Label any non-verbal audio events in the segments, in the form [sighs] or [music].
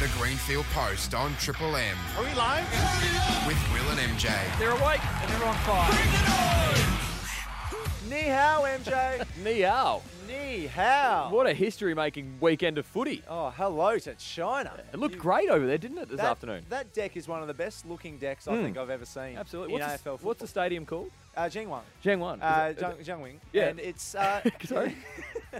The Greenfield Post on Triple M Are we live? with Will and MJ. They're awake and they're on fire. Ni hao, MJ. Meow. Ni hao. What a history making weekend of footy. Oh, hello to China. It looked great over there, didn't it, this that, afternoon? That deck is one of the best looking decks I Mm. think I've ever seen. Absolutely. In What's, AFL the, what's the stadium called? football. uh, Jingwang. Jiangwan. Uh, Is it- Zhang, Zhangwing. Yeah. And it's. Uh, [laughs] Sorry?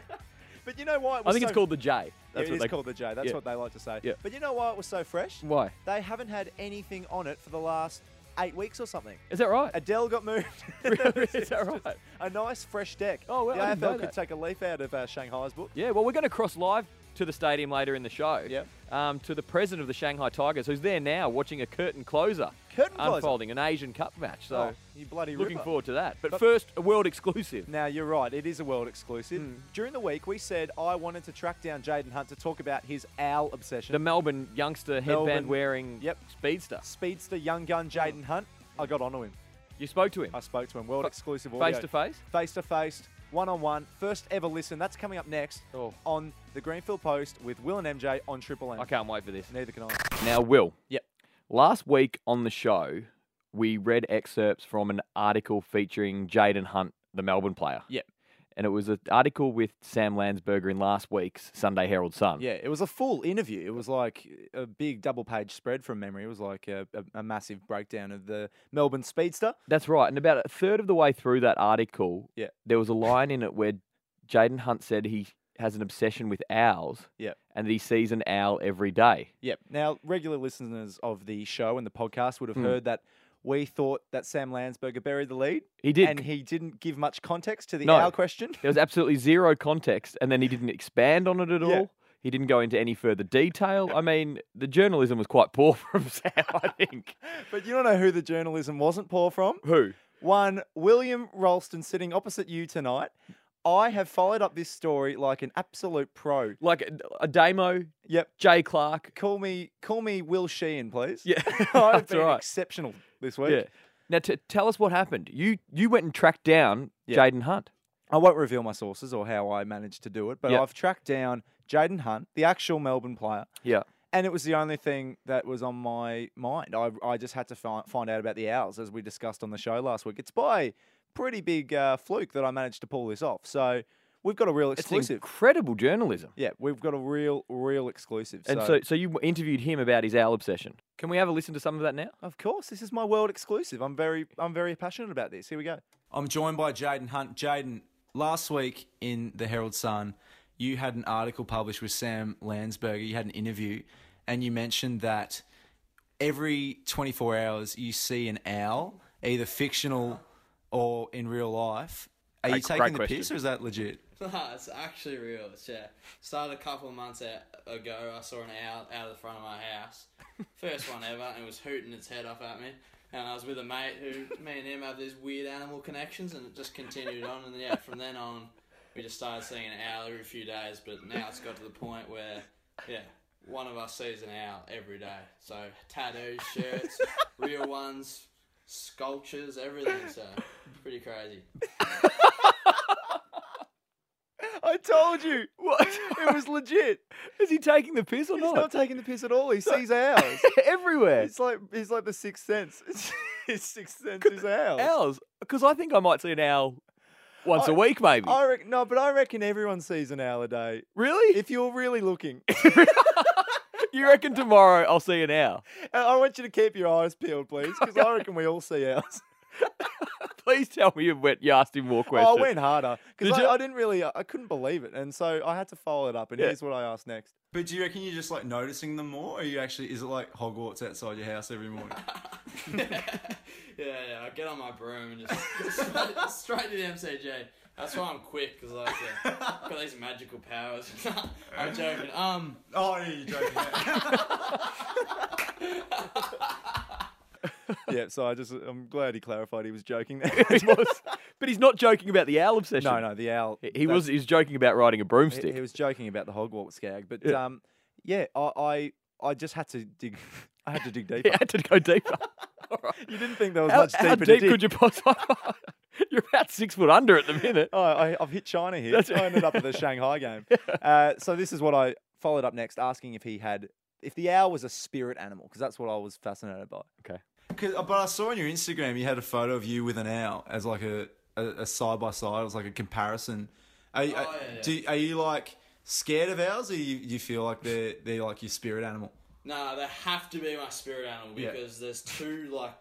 [laughs] but you know why? It was I think it's so- [laughs] called the J. Yeah, That's it what is they called the J. That's Yeah. what they like to say. Yeah. But you know why it was so fresh? [laughs] Why? They haven't had anything on it for the last eight weeks or something. Is [laughs] that right? Adele got moved. [laughs] Really? Is that right? a nice fresh deck. Oh, well, the I AFL didn't know could that. take a leaf out of uh, Shanghai's book. Yeah, well, we're going to cross live to the stadium later in the show. Yep. Um, to the president of the Shanghai Tigers, who's there now watching a curtain closer Curtain closer. unfolding, an Asian Cup match. So Oh, you bloody looking ripper. forward to that. But, But- first, a world [laughs] exclusive. Now you're right. It is a world exclusive. During the week, we said I wanted to track down Jaden Hunt to talk about his owl obsession. The Melbourne youngster headband Melbourne- wearing Yep. speedster. speedster young gun Jaden Hunt. I got onto him. You spoke to him I spoke to him. World Fa- exclusive audio. face to face. Face to face. One on one. First ever listen. That's coming up next Oh. on the Greenfield Post with Will and MJ on Triple M. I can't wait for this. Neither can I. Now, Will. Yep. Last week on the show, we read excerpts from an article featuring Jaden Hunt, the Melbourne player. Yep. And it was an article with Sam Landsberger in last week's Sunday Herald Sun. Yeah, it was a full interview. It was like a big double page spread from memory. It was like a, a, a massive breakdown of the Melbourne Speedster. That's right. And about a third of the way through that article, Yeah. there was a line in it where Jaden Hunt said he has an obsession with owls. Yep. And that he sees an owl every day. Yep. Now, regular listeners of the show and the podcast would have Mm. heard that we thought that Sam Landsberger buried the lead, He did. and he didn't give much context to the No. owl question. [laughs] There was absolutely zero context, and then he didn't expand on it at Yeah. all. He didn't go into any further detail. I mean, the journalism was quite poor [laughs] from Sam, [laughs] I think. But you don't know who the journalism wasn't poor from. Who? One, William Ralston sitting opposite you tonight. I have followed up this story like an absolute pro. Like uh, a Damo, Yep. Jay Clark. Call me, call me Will Sheehan, please. [laughs] Yeah, [laughs] I've that's been right. exceptional this week. Yeah. Now, t- tell us what happened. You you went and tracked down Yeah. Jaden Hunt. I won't reveal my sources or how I managed to do it, but Yep. I've tracked down Jaden Hunt, the actual Melbourne player. Yeah. And it was the only thing that was on my mind. I, I just had to find, find out about the Owls, as we discussed on the show last week. It's by pretty big uh, fluke that I managed to pull this off. So we've got a real It's exclusive. incredible journalism. yeah, we've got a real, real exclusive. And so, so you interviewed him about his owl obsession. Can we have a listen to some [laughs] of that now? Of course, this is my world exclusive. I'm very, I'm very passionate about this. Here we go. I'm joined by Jaden Hunt. Jaden, last week in the Herald Sun, you had an article published with Sam Landsberger. You had an interview, and you mentioned that every 24 hours you see an owl, either fictional or in real life. Are you Great- great taking the question. piss, or is that legit? [laughs] Nah, it's actually real. It's, yeah. Started a couple of months a- ago. I saw an owl out of the front of my house. First one ever, and it was hooting its head off at me. And I was with a mate who, me and him have these weird animal connections, and it just continued on. And yeah, from then on, we just started seeing an owl every few days. But now it's got to the point where, yeah, one of us sees an owl every day. So tattoos, shirts, real ones, sculptures, everything. So pretty crazy. I told you [laughs] What? it [laughs] was legit. Is he taking the piss or He's not taking the piss at all. He sees owls. [laughs] Everywhere. It's like he's like the sixth sense. [laughs] His sixth sense is owls. Owls, because I think I might see an owl once I- a week, maybe. I reckon, no, but I reckon everyone sees an owl a day really? if you're really looking. [laughs] you reckon tomorrow I'll see an owl? [laughs] And I want you to keep your eyes peeled, please, because I reckon we all see owls. [laughs] Please tell me you went. You asked him more Oh, I questions. went harder because I, Did you? I didn't really, I couldn't believe it, and so I had to follow it up. And Yeah. here's what I asked next. But do you reckon you're just like noticing them more, or you actually is it like Hogwarts outside your house every [laughs] morning? yeah, yeah, I get on my broom and just [laughs] straight, straight to the MCG. That's why I'm quick because like yeah, I've got these magical powers. [laughs] I'm joking. Um, oh, yeah, you're joking. [laughs] yeah, so I just, I'm glad he clarified he was joking. [laughs] There. [laughs] He was. but he's not joking about the owl obsession. no, no, the owl. He- He was. He was joking about riding a He- broomstick. He, was joking about the Hogwarts gag, but Yeah. um, yeah, I, I, I just had to dig. [laughs] I had to dig [laughs] He deeper. had to [laughs] go deeper. All right. [laughs] You didn't think there was How, much deeper how to deep dig. could you possibly? [laughs] You're about six foot under at the minute. Oh, I, I've hit China here. That's [laughs] I ended up at the Shanghai game. Uh, so this is what I followed up next, asking if he had if the owl was a spirit animal, because that's what I was fascinated by. Okay. 'Cause- uh, but I saw on your Instagram you had a photo of you with an owl as like a a side by side. It was like a comparison. Are, you- Oh, are- yeah, yeah. Do are you like scared of owls, or you, you feel like they're they're like your spirit animal? No, they have to be my spirit animal Yeah. because there's two like,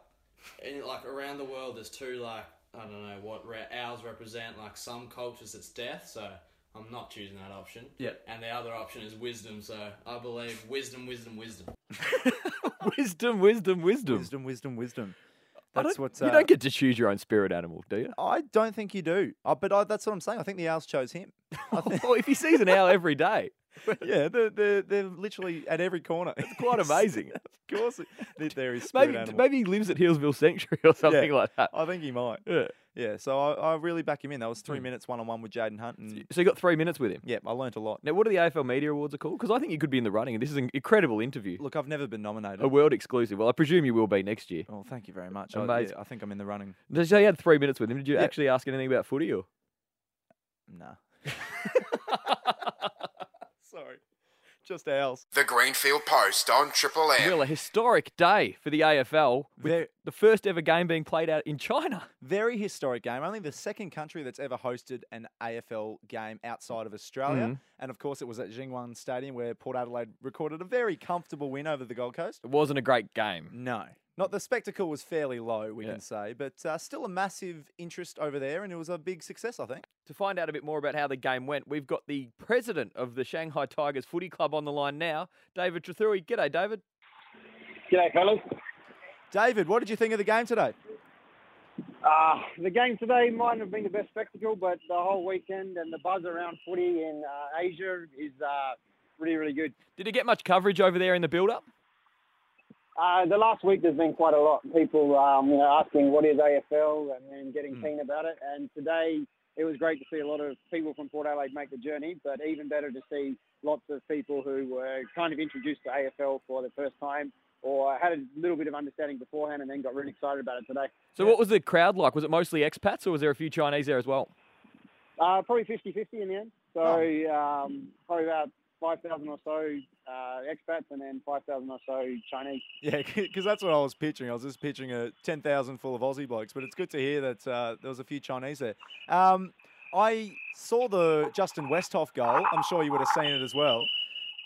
in, like around the world, there's two like I don't know what re- owls represent. Like some cultures, it's death, so I'm not choosing that option. Yeah. And the other option is wisdom, so I believe wisdom, wisdom, wisdom. [laughs] Wisdom, wisdom, wisdom. Wisdom, wisdom, wisdom. I That's don't- what's. you uh, don't get to choose your own spirit animal, do you? I don't think you do. Uh, but I, that's what I'm saying. I think the owls chose him. [laughs] I think, [laughs] Well, if he sees an owl every day, yeah, they're, they're, they're literally at every corner. [laughs] It's quite amazing. of course, they're, they're his spirit maybe animal. maybe he lives at Hillsville Sanctuary or something Yeah. like that. I think he might. Yeah. Yeah, so I, I really back him in. That was Hmm. three minutes one on one with Jaden Hunt, and So you got three minutes with him. yeah, I learnt a lot. Now, what are the AFL Media Awards are called? Because I think you could be in the running, and this is an incredible interview, Look, I've never been nominated. a world exclusive. Well, I presume you will be next year. Oh, thank you very much. I, Amazing. yeah, I think I'm in the running. So you had three minutes with him. Did you Yeah. actually ask anything about footy or? [laughs] Nah. Sorry. Just owls. The Greenfield Post on Triple M. Well, a historic day for the AFL with Ver- the first ever game being played out in China. Very historic game. Only the second country that's ever hosted an AFL game outside of Australia. Hmm. And of course, it was at Jingwon Stadium where Port Adelaide recorded a very comfortable win over the Gold Coast. It wasn't a great game. No. Not the spectacle was fairly low, we Yeah. can say, but uh, still a massive interest over there, and it was a big success, I think. To find out a bit more about how the game went, we've got the president of the Shanghai Tigers Footy Club on the line now, David Trethewey. G'day, David. G'day, fellas. David, what did you think of the game today? Uh, the game today might have been the best spectacle, but the whole weekend and the buzz around footy in uh, Asia is uh, really, really good. Did you get much coverage over there in the build-up? Uh, the last week there's been quite a lot of people um, you know, asking what is AFL and, then getting keen about it. And today it was great to see a lot of people from Port Adelaide make the journey, but even better to see lots of people who were kind of introduced to AFL for the first time or had a little bit of understanding beforehand and then got really excited about it today. So what was the crowd like? Was it mostly expats or was there a few Chinese there as well? Uh, probably 50-50 in the end. So um, probably about 5,000 or so uh, expats and then 5,000 or so Chinese. [laughs] Yeah, because that's what I was pitching. I was just pitching a 10,000 full of Aussie blokes, but it's good to hear that uh, there was a few Chinese there. Um, I saw the Justin Westhoff goal. I'm sure you would have seen it as well,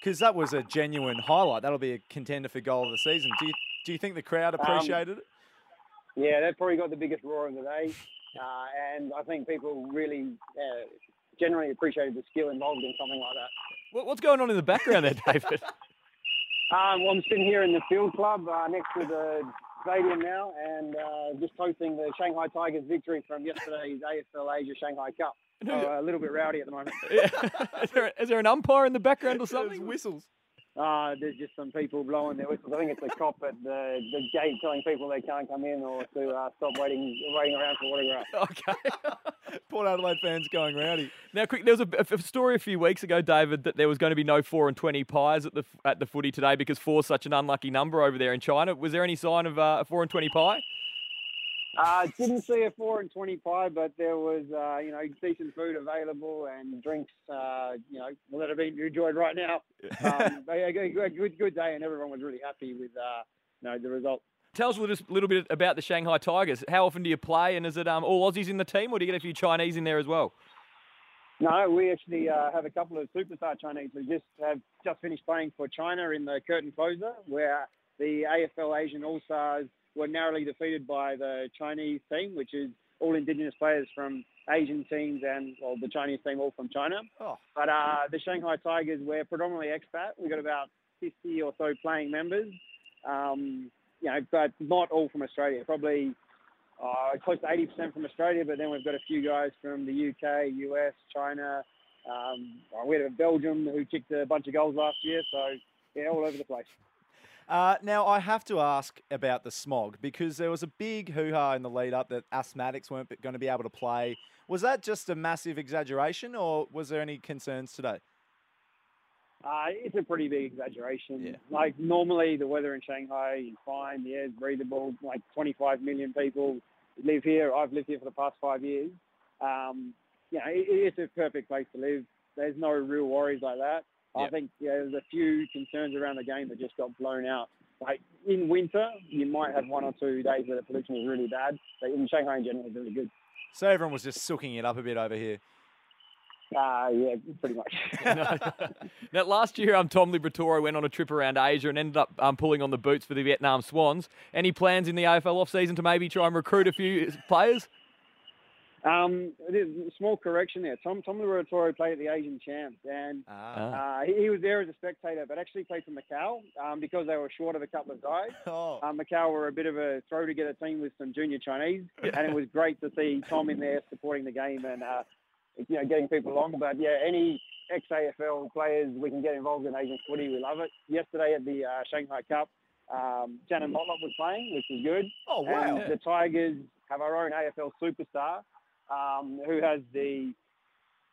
because that was a genuine highlight. That'll be a contender for goal of the season. Do you, do you think the crowd appreciated Um, it? Yeah, they've probably got the biggest roar of the day. Uh, and I think people really uh, generally appreciated the skill involved in something like that. What, what's going on in the background there, David? Um, well, I'm sitting here in the field club uh, next to the stadium now and uh, just hosting the Shanghai Tigers victory from yesterday's AFL Asia Shanghai Cup. So, uh, a little bit rowdy at the moment. [laughs] is, there, is there an umpire in the background or There's something? whistles. Uh, there's just some people blowing their whistles. I think it's a cop at the, the gate telling people they can't come in or to uh, stop waiting waiting around for autographs. [laughs] Okay. [laughs] Port Adelaide fans going rowdy. Now, quick, there was a, a story a few weeks ago, David, that there was going to be no four and twenty pies at the at the footy today because four's such an unlucky number over there in China. Was there any sign of uh, a four and twenty pie? Uh, didn't see a four and twenty pie, but there was uh, you know decent food available and drinks. Uh, you know that are being enjoyed right now. Um, but yeah, good, good- good good day, and everyone was really happy with uh, you know the result. Tell us a little, little bit about the Shanghai Tigers. How often do you play, and is it um, all Aussies in the team, or do you get a few Chinese in there as well? No, we actually uh, have a couple of superstar Chinese who just have just finished playing for China in the curtain closer, where the AFL Asian All Stars were narrowly defeated by the Chinese team, which is all Indigenous players from Asian teams and well, the Chinese team all from China. Oh. But uh, the Shanghai Tigers, we're predominantly expat. We've got about 50 or so playing members, um, you know, but not all from Australia. Probably uh, close to 80% from Australia, but then we've got a few guys from the UK, US, China. Um, uh, we had a Belgium who kicked a bunch of goals last year, so yeah, all over the place. Uh, now, I have to ask about the smog because there was a big hoo ha in the lead up that asthmatics weren't going to be able to play. Was that just a massive exaggeration or was there any concerns today? Uh, it's a pretty big exaggeration. Like normally the weather in Shanghai is fine, the air's breathable. Like 25 million people live here. I've lived here for the past five years. Um, you know, it, it's a perfect place to live. There's no real worries like that. I think yeah, there's a few concerns around the game that just got blown out. Like in winter, you might have one or two days where the pollution is really bad, but in Shanghai in general, it's really good. So everyone was just sooking it up a bit over here. Uh, yeah, pretty much. [laughs] Now, last year, um, Tom Liberatore went on a trip around Asia and ended up um, pulling on the boots for the Vietnam Swans. Any plans in the AFL off-season to maybe try and recruit a few players? Um, there's a small correction there. Tom Tom Liberatore played at the Asian Champs, and Ah. uh, he, he was there as a spectator, but actually played for Macau um, because they were short of a couple of guys. [laughs] Oh, Um, Macau were a bit of a throw-together team with some junior Chinese, and it was great to see Tom in there supporting the game and uh, you know getting people along. But yeah, any ex-AFL players we can get involved in Asian footy, we love it. Yesterday at the uh, Shanghai Cup, um, Shannon Motlop was playing, which was good. oh wow. And the Tigers have our own AFL superstar um, who has the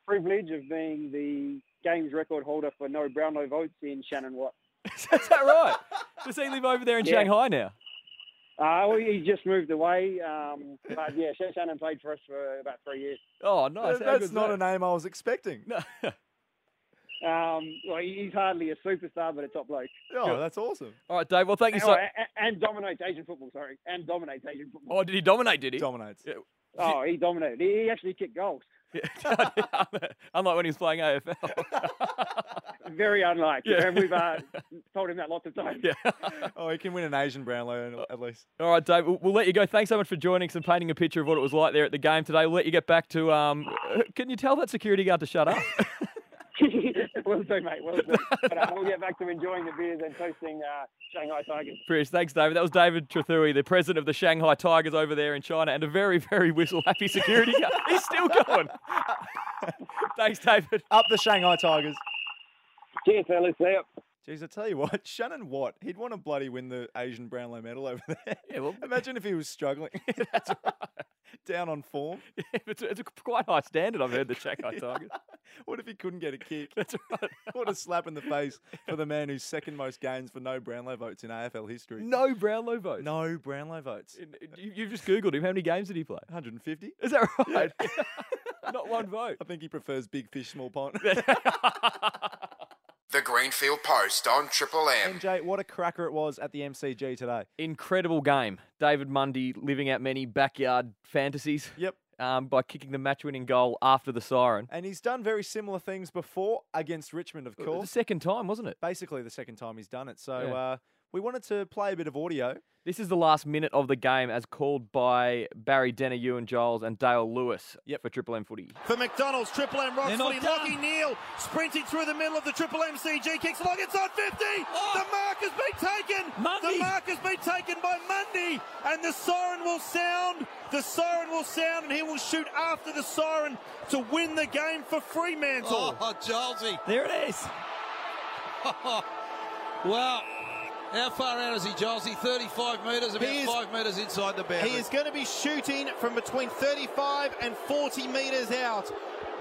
privilege of being the games record holder for no Brownlow votes in Shannon Watt. [laughs] Is that right? Does he live over there in Yeah. Shanghai now? Uh, well, he just moved away, um, but yeah, Sh- Shannon played for us for about three years. Oh, nice. How That's good's not that? a name I was expecting. No. Um, well, he's hardly a superstar, but a top bloke. Oh, that's awesome. [laughs] All right, Dave. Well, thank you And, so. and dominates Asian football. Sorry, and dominates Asian football. Oh, did he dominate? Did he? Dominates. Yeah. Oh, he dominated. He he actually kicked goals. Yeah. [laughs] Unlike when he was playing AFL. Very unlike. Yeah. And we've uh, told him that lots of times. yeah. Uh. Oh, he can win an Asian Brownlow at least. [laughs] All right, Dave. We'll, we'll let you go. Thanks so much for joining us and painting a picture of what it was like there at the game today. We'll let you get back to. Um, can you tell that security guard to shut up? [laughs] [laughs] well done, mate. Well done. But uh, we'll get back to enjoying the beers and toasting uh, Shanghai Tigers. Chris, thanks, David. That was David Trethui, the president of the Shanghai Tigers over there in China, and a very, very whistle happy security [laughs] guard. He's still going. thanks, David. [laughs] Up the Shanghai Tigers. Cheers, fellas. See ya. Jeez, I tell you what, [laughs] Shannon Watt, he'd want to bloody win the Asian Brownlow medal over there. Yeah, well- [laughs] imagine if he was struggling. [laughs] [laughs] Down on form. it's, a, it's a quite high standard, I've heard, the [laughs] Shanghai Tigers. What if he couldn't get a kick? That's right. What a slap in the face for the man who's second most games for no Brownlow votes in AFL history. No Brownlow vote. No Brownlow votes. You, you've just Googled him. How many games did he play? 150. Is that [laughs] right? Not one vote. I think he prefers big fish, small [laughs] pond. The Greenfield Post on Triple M. MJ, what a cracker it was at the MCG today. Incredible game. David Mundy living out many backyard fantasies Yep. um, by kicking the match winning goal after the siren. And he's done very similar things before against Richmond, of The course. second time, wasn't it? Basically, the second time he's done it. So Yeah. uh, we wanted to play a bit of audio. This is the last minute of the game as called by Barry Denner, Ewan Giles, and Dale Lewis for Triple M footy. for McDonald's. Triple M Rock footy. Lockie Neal sprinting through the middle of the Triple M CG kicks long. It's on 50. The mark has been taken. The mark has been taken by Mundy. And the siren will sound. The siren will sound and he will shoot after the siren to win the game for Fremantle. Oh, Jolsey. There it [laughs] is. wow. How far out is he, Jolsey? 35 metres, about is- five metres inside the boundary. He is going to be shooting from between 35 and 40 metres out.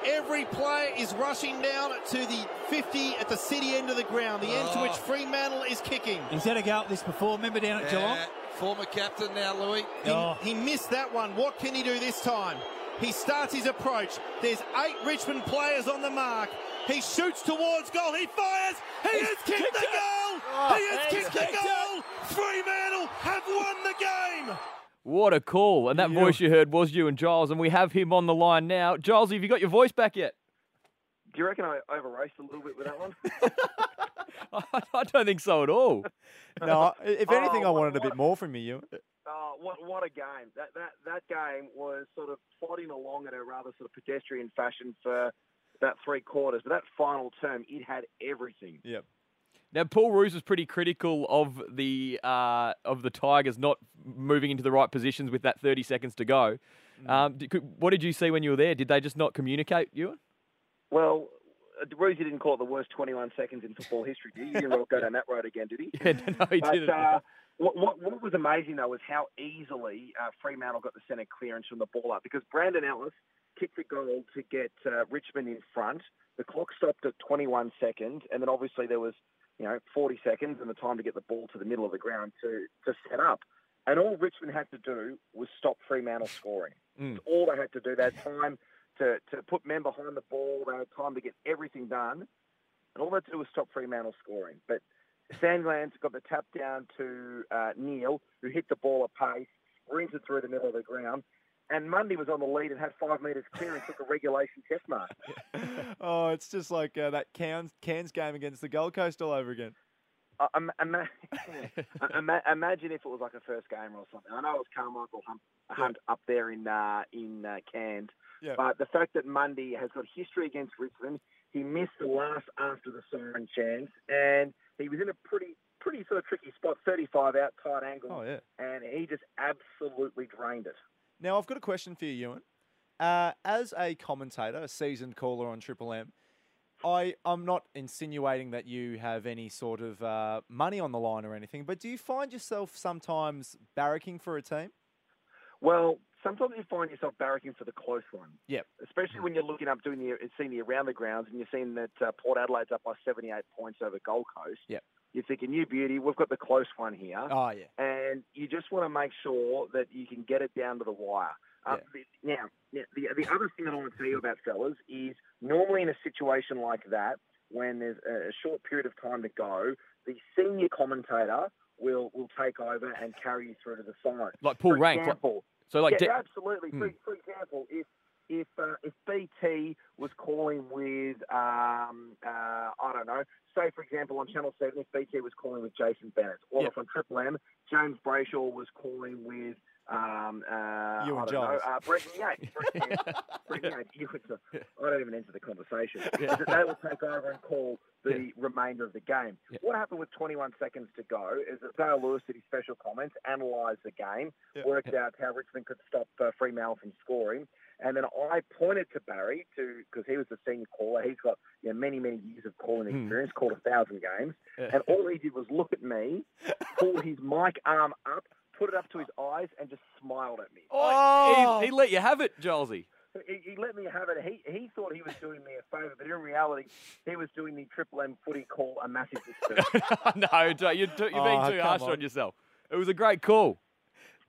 Every player is rushing down to the 50 at the city end of the ground, the end to Oh. which Fremantle is kicking. He's had a go at this before. Remember down at Geelong? Yeah, Former captain now, Louis. He, he missed that one. What can he do this time? He starts his approach. There's eight Richmond players on the mark. He shoots towards goal. He fires. He has kicked, the goal. he has kicked, the goal. Fremantle have won the game. What a call. And that voice you heard was Ewan Giles, and we have him on the line now. Giles, have you got your voice back yet? [laughs] Do you reckon I overraced a little bit with that one? [laughs] I, don't think so at all. No, I- if [laughs] Oh, anything, I what- wanted a bit what- more from you. Uh, Ewan. Oh, what what a game! That that that game was sort of plodding along in a rather sort of pedestrian fashion for that three quarters, but that final term it had everything. [laughs] Now, Paul Roos was pretty critical of the uh, of the Tigers not moving into the right positions with that 30 seconds to go. Um, d- could- what did you see when you were there? Did they just not communicate, Ewan? Well, uh, Roosie didn't call it the worst 21 seconds in football history. Did he? You didn't go down that road again, did he? Yeah, [laughs] no, he But didn't. uh, what, what, what was amazing though was how easily uh, Fremantle got the centre clearance from the ball up because Brandon Ellis kicked a goal to get uh, Richmond in front. The clock stopped at 21 seconds, and then obviously there was you know 40 seconds and the time to get the ball to the middle of the ground to to set up. And all Richmond had to do was stop Fremantle scoring. Mm. That's all they had to do. They had time to, to put men behind the ball. They had time to get everything done. and all they do was stop Fremantle scoring. But Sandlands got the tap down to uh, Neil, who hit the ball at pace, sprinted through the [laughs] middle of the ground, and Mundy was on the lead and had five metres clear and took a regulation test mark. Oh, it's just like uh, that Cairns, Cairns game against the Gold Coast all over again. I- I'm- ima- ima- imagine if it was like a first game or something. I know it was Carmichael Hunt, Hunt up there in uh, in uh, Cairns, Yeah. but the fact that Mundy has got history against Richmond, he missed the last after the siren chance, and he was in a pretty pretty sort of tricky spot, 35 out, tight angle, Oh, yeah. and he just absolutely drained it. Now, I've got a question for you, Ewan. Uh, as a commentator, a seasoned caller on Triple M, I, I'm not insinuating that you have any sort of uh, money on the line or anything, but do you find yourself sometimes barracking for a team? Well, sometimes you find yourself barracking for the close one. Yep. especially when you're looking up doing the and seeing the around the grounds and you're seeing that uh, Port Adelaide's up by 78 points over Gold Coast. Yep. You're thinking, you beauty, we've got the close one here. Oh, yeah. And you just want to make sure that you can get it down to the wire. Um, the, now, yeah, the, the other thing that I want to tell you about, fellas, is normally in a situation like that, when there's a a short period of time to go, the senior commentator will, will take over and carry you through to the side. Like Paul For Rank. like- example- so like yeah, De- absolutely. Hmm. For, for example, if if uh, if BT was calling with um, uh, I don't know, say for example on Channel Seven, if BT was calling with Jason Bennett, or if on Triple M, James Brayshaw was calling with um, Ewan uh, I don't know, Giles. uh, Brendan Yates. [laughs] Brendan Yates. Brendan Yates. You would- I don't even enter the conversation. Is that They will take over and call the remainder of the game. What happened with 21 seconds to go is that Dale Lewis did his special comments, analysed the game, Yeah. worked out how Richmond could stop uh, Fremantle from scoring, and then I pointed to Barry to because he was the senior caller. He's got you know, many many years of calling Hmm. experience, called a thousand games, and all he did was look at me, pull his mic arm up, put it up to his eyes, and just smiled at me. Oh, he, he let you have it, Jolsey. He, he let me have it. He he thought he was doing me a favour, but in reality, he was doing the Triple M footy call a massive disservice. [laughs] no, don't- you're, too, you're being Oh, too come harsh on. on. yourself. It was a great call.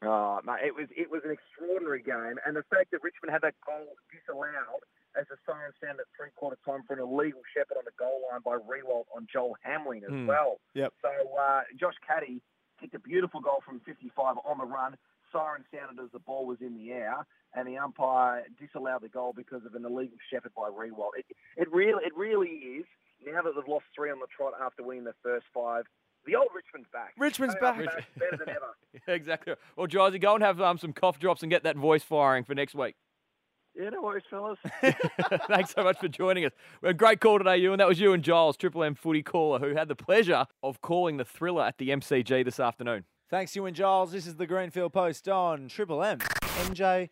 Oh, mate, it was it was an extraordinary game, and the fact that Richmond had that goal disallowed as the siren sounded at three quarter time for an illegal shepherd on the goal line by Rewalt on Joel Hamlin as Hmm. well. Yep. So uh, Josh Caddy kicked a beautiful goal from 55 on the run. Siren sounded as the ball was in the air, and the umpire disallowed the goal because of an illegal shepherd by Rewalt. It, it really, it really is. Now that they've lost three on the trot after winning the first five, the old Richmond's back. Richmond's They are back. [laughs] better than ever. Yeah, [laughs] exactly. Well, Jolsey, go and have um, some cough drops and get that voice firing for next week. [laughs] [laughs] Yeah, no worries, fellas. Thanks so much for joining us. We had a great call today, Ewan. That was you and Giles, Triple M footy caller, who had the pleasure of calling the thriller at the MCG this afternoon. Thanks, Ewan Giles. This is the Greenfield Post on Triple M. MJ,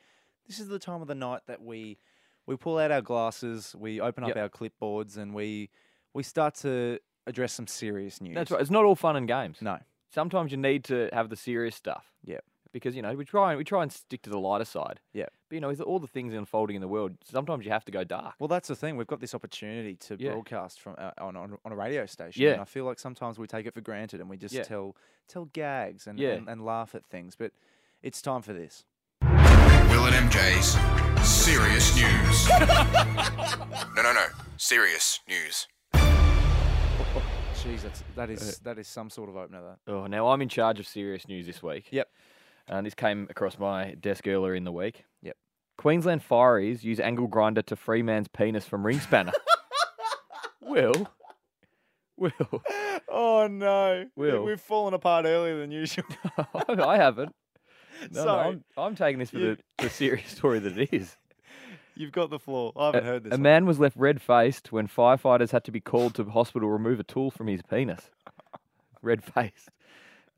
this is the time of the night that we we pull out our glasses, we open up Yep. our clipboards, and we we start to address some serious news. That's right. It's not all fun and games. No. Sometimes you need to have the serious stuff. Yeah. Because you know we try and we try and stick to the lighter side. Yeah. But you know, with all the things unfolding in the world, sometimes you have to go dark. Well, that's the thing. We've got this opportunity to Yeah. broadcast from uh, on, on on a radio station. Yeah. And I feel like sometimes we take it for granted and we just Yeah. tell tell gags and, Yeah. and and laugh at things. But it's time for this. Will and MJ's serious news. no, no, no. Serious news. Jeez, that's, that Uh, is that is some sort of opener. [laughs] That Oh, now I'm in charge of serious news this week. Yep. And this came across my desk earlier in the week. Yep. Queensland fireys use angle grinder to free man's penis from [laughs] ring spanner. Will. Will. Oh no, Will. we've fallen apart earlier than usual. [laughs] I haven't. No, no, Sorry. I'm, I'm taking this for You- the, the serious story that it is. You've got the floor. I haven't a, heard this. Uh, [laughs] A one. man was left red faced when firefighters had to be called to hospital to remove a tool from his [laughs] penis. red faced. [sighs]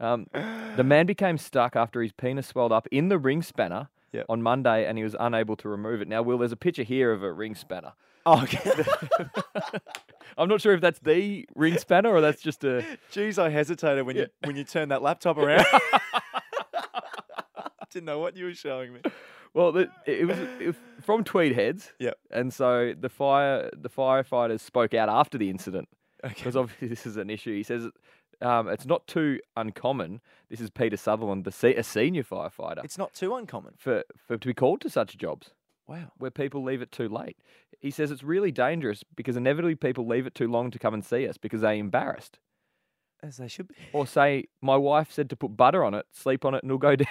Um, the man became stuck after his penis swelled up in the ring spanner Yep. on Monday and he was unable to remove it. Now, Will, there's a picture here of a ring spanner. Oh, okay. I'm not sure if that's the ring spanner or that's [laughs] just a. Jeez, I hesitated when Yeah. you when you turned that laptop around. Didn't know what you were showing me. Well, the, it it was it was from Tweed Heads. Yep. And so the fire the firefighters spoke out after the incident because obviously [laughs] this is an issue. He says um, it's not too uncommon. This is Peter Sutherland, the se- a senior firefighter, It's not too uncommon. for, for to be called to such jobs. Wow. Where people leave it too late. He says it's really dangerous because inevitably people leave it too long to come and see us because they're embarrassed. As they should be. Or say, my wife said to put butter on it, sleep on it, and it'll go [laughs] down.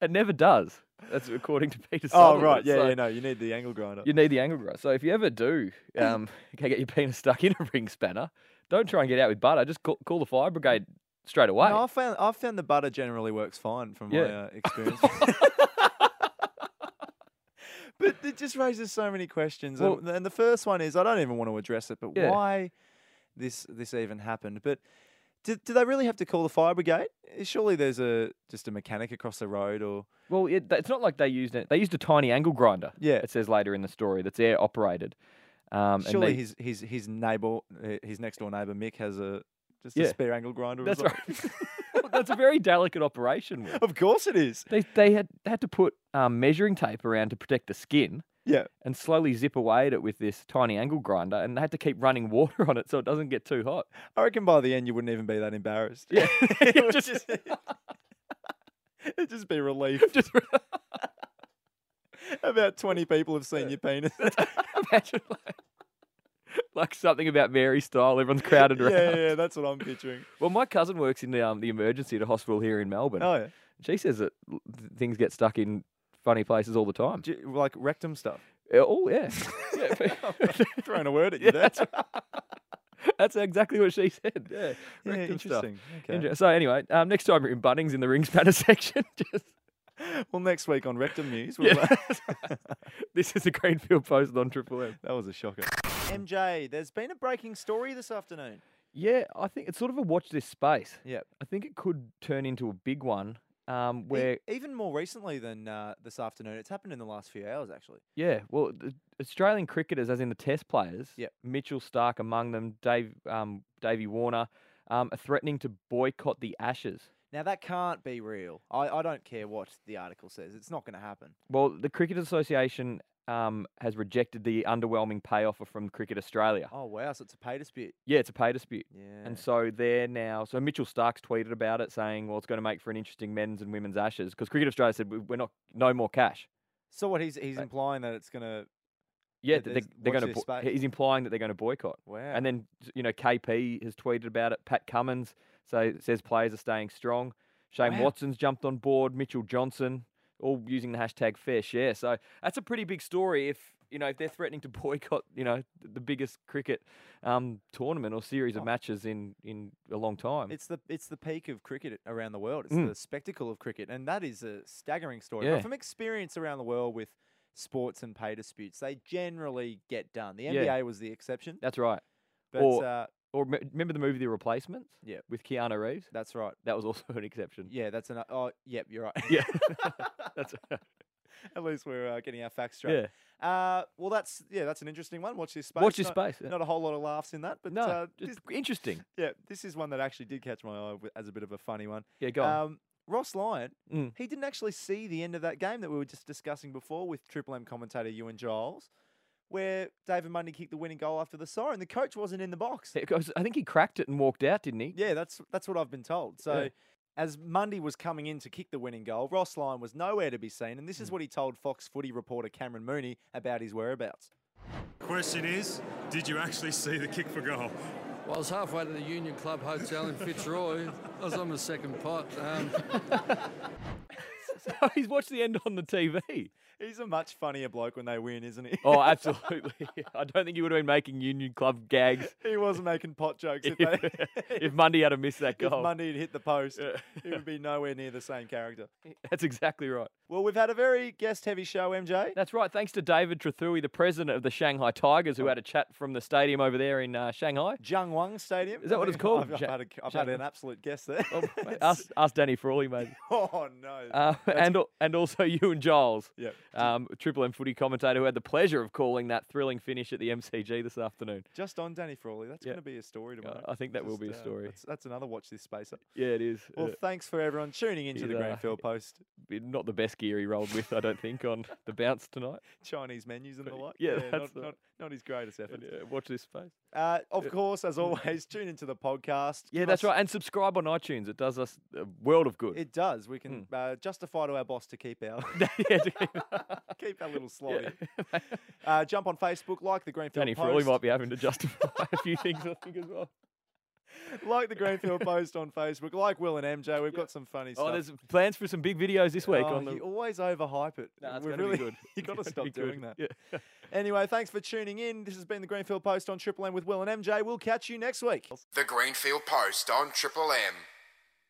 it never does. That's according to Peter Oh, Sutherland, right. Yeah, so- yeah, no. You need the angle grinder. you need the angle grinder. So if you ever do [laughs] um, get your penis stuck in a ring spanner, don't try and get out with butter. Just call, call the fire brigade straight away. No, I found I found the butter generally works fine from my Yeah. uh, [laughs] experience. but it just raises so many questions, Well- and, and the first one is I don't even want to address it, but Yeah. why this this even happened? But do, do they really have to call the fire brigade? Eh, Surely there's a just a mechanic across the road, or Well, it, it's not like they used it. They used a tiny angle grinder. Yeah, it says later in the story that's air operated. Um, surely [laughs] and they, his his his neighbor, uh, his next door neighbor Mick has a just Yeah. a spare angle grinder. or That's something. right. [laughs] that's a very delicate [laughs] operation. Will. Of course it is. They they had had to put um, measuring tape around to protect the skin. Yeah. And slowly zip away at it with this tiny angle grinder, and they had to keep running water [laughs] on it so it doesn't get too hot. I reckon by the end you wouldn't even be that embarrassed. [laughs] Yeah. [laughs] it would just, it'd [laughs] just be relief. About 20 people have seen your penis. [laughs] Imagine like, like something about Mary [laughs] style. Everyone's crowded [laughs] yeah, around. yeah, yeah, that's what I'm picturing. Well, my cousin works in the, um, the emergency at a hospital here in [laughs] Melbourne. Oh, yeah. She says that l- th- things get stuck in funny places all the time. like rectum stuff. Oh, yeah. [laughs] Throwing a word at you there. That's, [laughs] that's exactly what she said. Yeah, Yeah, rectum stuff. interesting. Okay. Inter- So, anyway, um, next time you're in Bunnings in the [laughs] ring spanner section, just. Well, next week on Rectum News, we'll. uh, [laughs] uh, [laughs] this is the Greenfield Post on Triple M. That was a shocker. MJ, there's been a breaking story this afternoon. E, Yeah, I think it's sort of a watch this space. Yeah. I think it could turn into a big one um, where. E- even more recently than uh, this afternoon, it's happened in the last few hours, actually. Yeah, well, the Australian cricketers, as in the Test players, Yep. Mitchell Stark among them, Dave, um, Davey Warner, um, are threatening to boycott the Ashes. Now, that can't be real. I, I don't care what the article says, it's not going to happen. Well, the Cricket Association um, has rejected the underwhelming pay offer from Cricket Ah. Australia. Oh, wow. So it's a pay dispute. Yeah, it's a pay dispute. Yeah. And so they're now. So Mitchell Stark's tweeted about it, saying, "Well, it's going to make for an interesting men's and women's Ashes because Cricket Australia said "We- we're not no more cash." So, what he's, he's implying that it's going to. Yeah, that that there's- they're, they're watch going to. this Bo- space. he's implying that they're going to boycott. Wow. And then you know KP has tweeted about it. Pat Cummins say, says players are staying strong. Shane Wow. Watson's jumped on board. Mitchell Johnson, all using the hashtag Fair Share. So that's a pretty big story. If you know if they're threatening to [laughs] boycott, you know th- the biggest cricket um, tournament or series of matches in in a long time. It's the it's the peak of cricket around the world. It's Mm. the spectacle of cricket, and that is a staggering story. Yeah. But from experience around the world with sports and pay disputes, they generally get done. The Yeah. NBA was the exception. That's right. But, or uh, or me- remember the movie The Replacements? Yeah. With Keanu Reeves. That's right. That was also [laughs] an exception. Yeah, that's an. Oh, yep, you're right. Yeah. [laughs] that's. [laughs] At least we're uh, getting our facts straight. Yeah. Uh, well, that's yeah, that's an interesting one. Watch this space. Watch this Not- space, yeah. Not a whole lot of laughs in that, but No, uh, just this- [laughs] interesting. Yeah, this is one that actually did catch my eye wi- as a bit of a funny one. Yeah, go on. Um, Ross Lyon, Mm. he didn't actually see the end of that game that we were just discussing before with Triple M commentator Ewan Giles, where David Mundy kicked the winning goal after the siren. The coach wasn't in the box. It goes- I think he cracked it and walked out, didn't he? Yeah, that's that's what I've been told. So Yeah. as Mundy was coming in to kick the winning goal, Ross Lyon was nowhere to be seen, and this Mm. is what he told Fox footy reporter Cameron Mooney about his whereabouts. Question is, did you actually see the kick for goal? Well, I was halfway to the Union Club Hotel in Fitzroy. I was on the second pot. Um, so [laughs] he's watched the end on the TV. [laughs] He's a much funnier bloke when they win, isn't he? Oh, absolutely. [laughs] I don't think you would have been making Union [laughs] Club gags [laughs] he wasn't making pot [laughs] jokes if, if, they, if Mundy had have missed that [laughs] if goal. Mundy had hit the post. He would be nowhere near the same character. That's exactly right. Well, we've had a very guest-heavy show, MJ. That's right. Thanks to David Trethui, the president of the Shanghai Tigers, Oh. who had a chat from the stadium over there in uh, Shanghai. Jiang Wang Stadium. Is that I what it's think called? I've, I've Ja- had, a, I've had Jiang- an absolute guess there. [laughs] Mate, ask, ask Danny Frawley, mate. oh no! Uh, That's- and al- and also [laughs] you and Giles, Yep. um, Triple M footy commentator who had the pleasure of calling that thrilling finish at the MCG this afternoon. Just on Danny Frawley. That's Yeah. going to be a story tomorrow. I think that will be a uh, story. that's, that's another watch this spacer. Yeah, it is. Well, Uh, thanks for everyone tuning into the [laughs] he's, uh, Greenfield Post. Not the best Geary rolled with, I don't think, on the bounce [laughs] tonight. Chinese menus and the like. Yeah, that's not, not, not his greatest effort. Yeah, watch this space. Uh, of course, [laughs] as always, tune into the podcast. Yeah, that's right. And subscribe on iTunes. It does us a world of [laughs] good. It does. We can Hmm. uh, justify to our boss to keep [laughs] our [laughs] keep our little slot. in. Uh, jump on Facebook, like the Greenfield Danny Post. Frawley might be having to justify a few things, I think, as well. like the Greenfield [laughs] Post on Facebook, like Will and MJ. We've got some funny stuff. Oh, there's plans for some big videos this week Oh, on the. you always overhype it. Nah, it's We're gonna be really, good. [laughs] you got to [laughs] It's stop gonna be doing good. that. Anyway, thanks for tuning in. This has been the Greenfield Post on Triple M with Will and MJ. We'll catch you next week. The Greenfield Post on Triple M.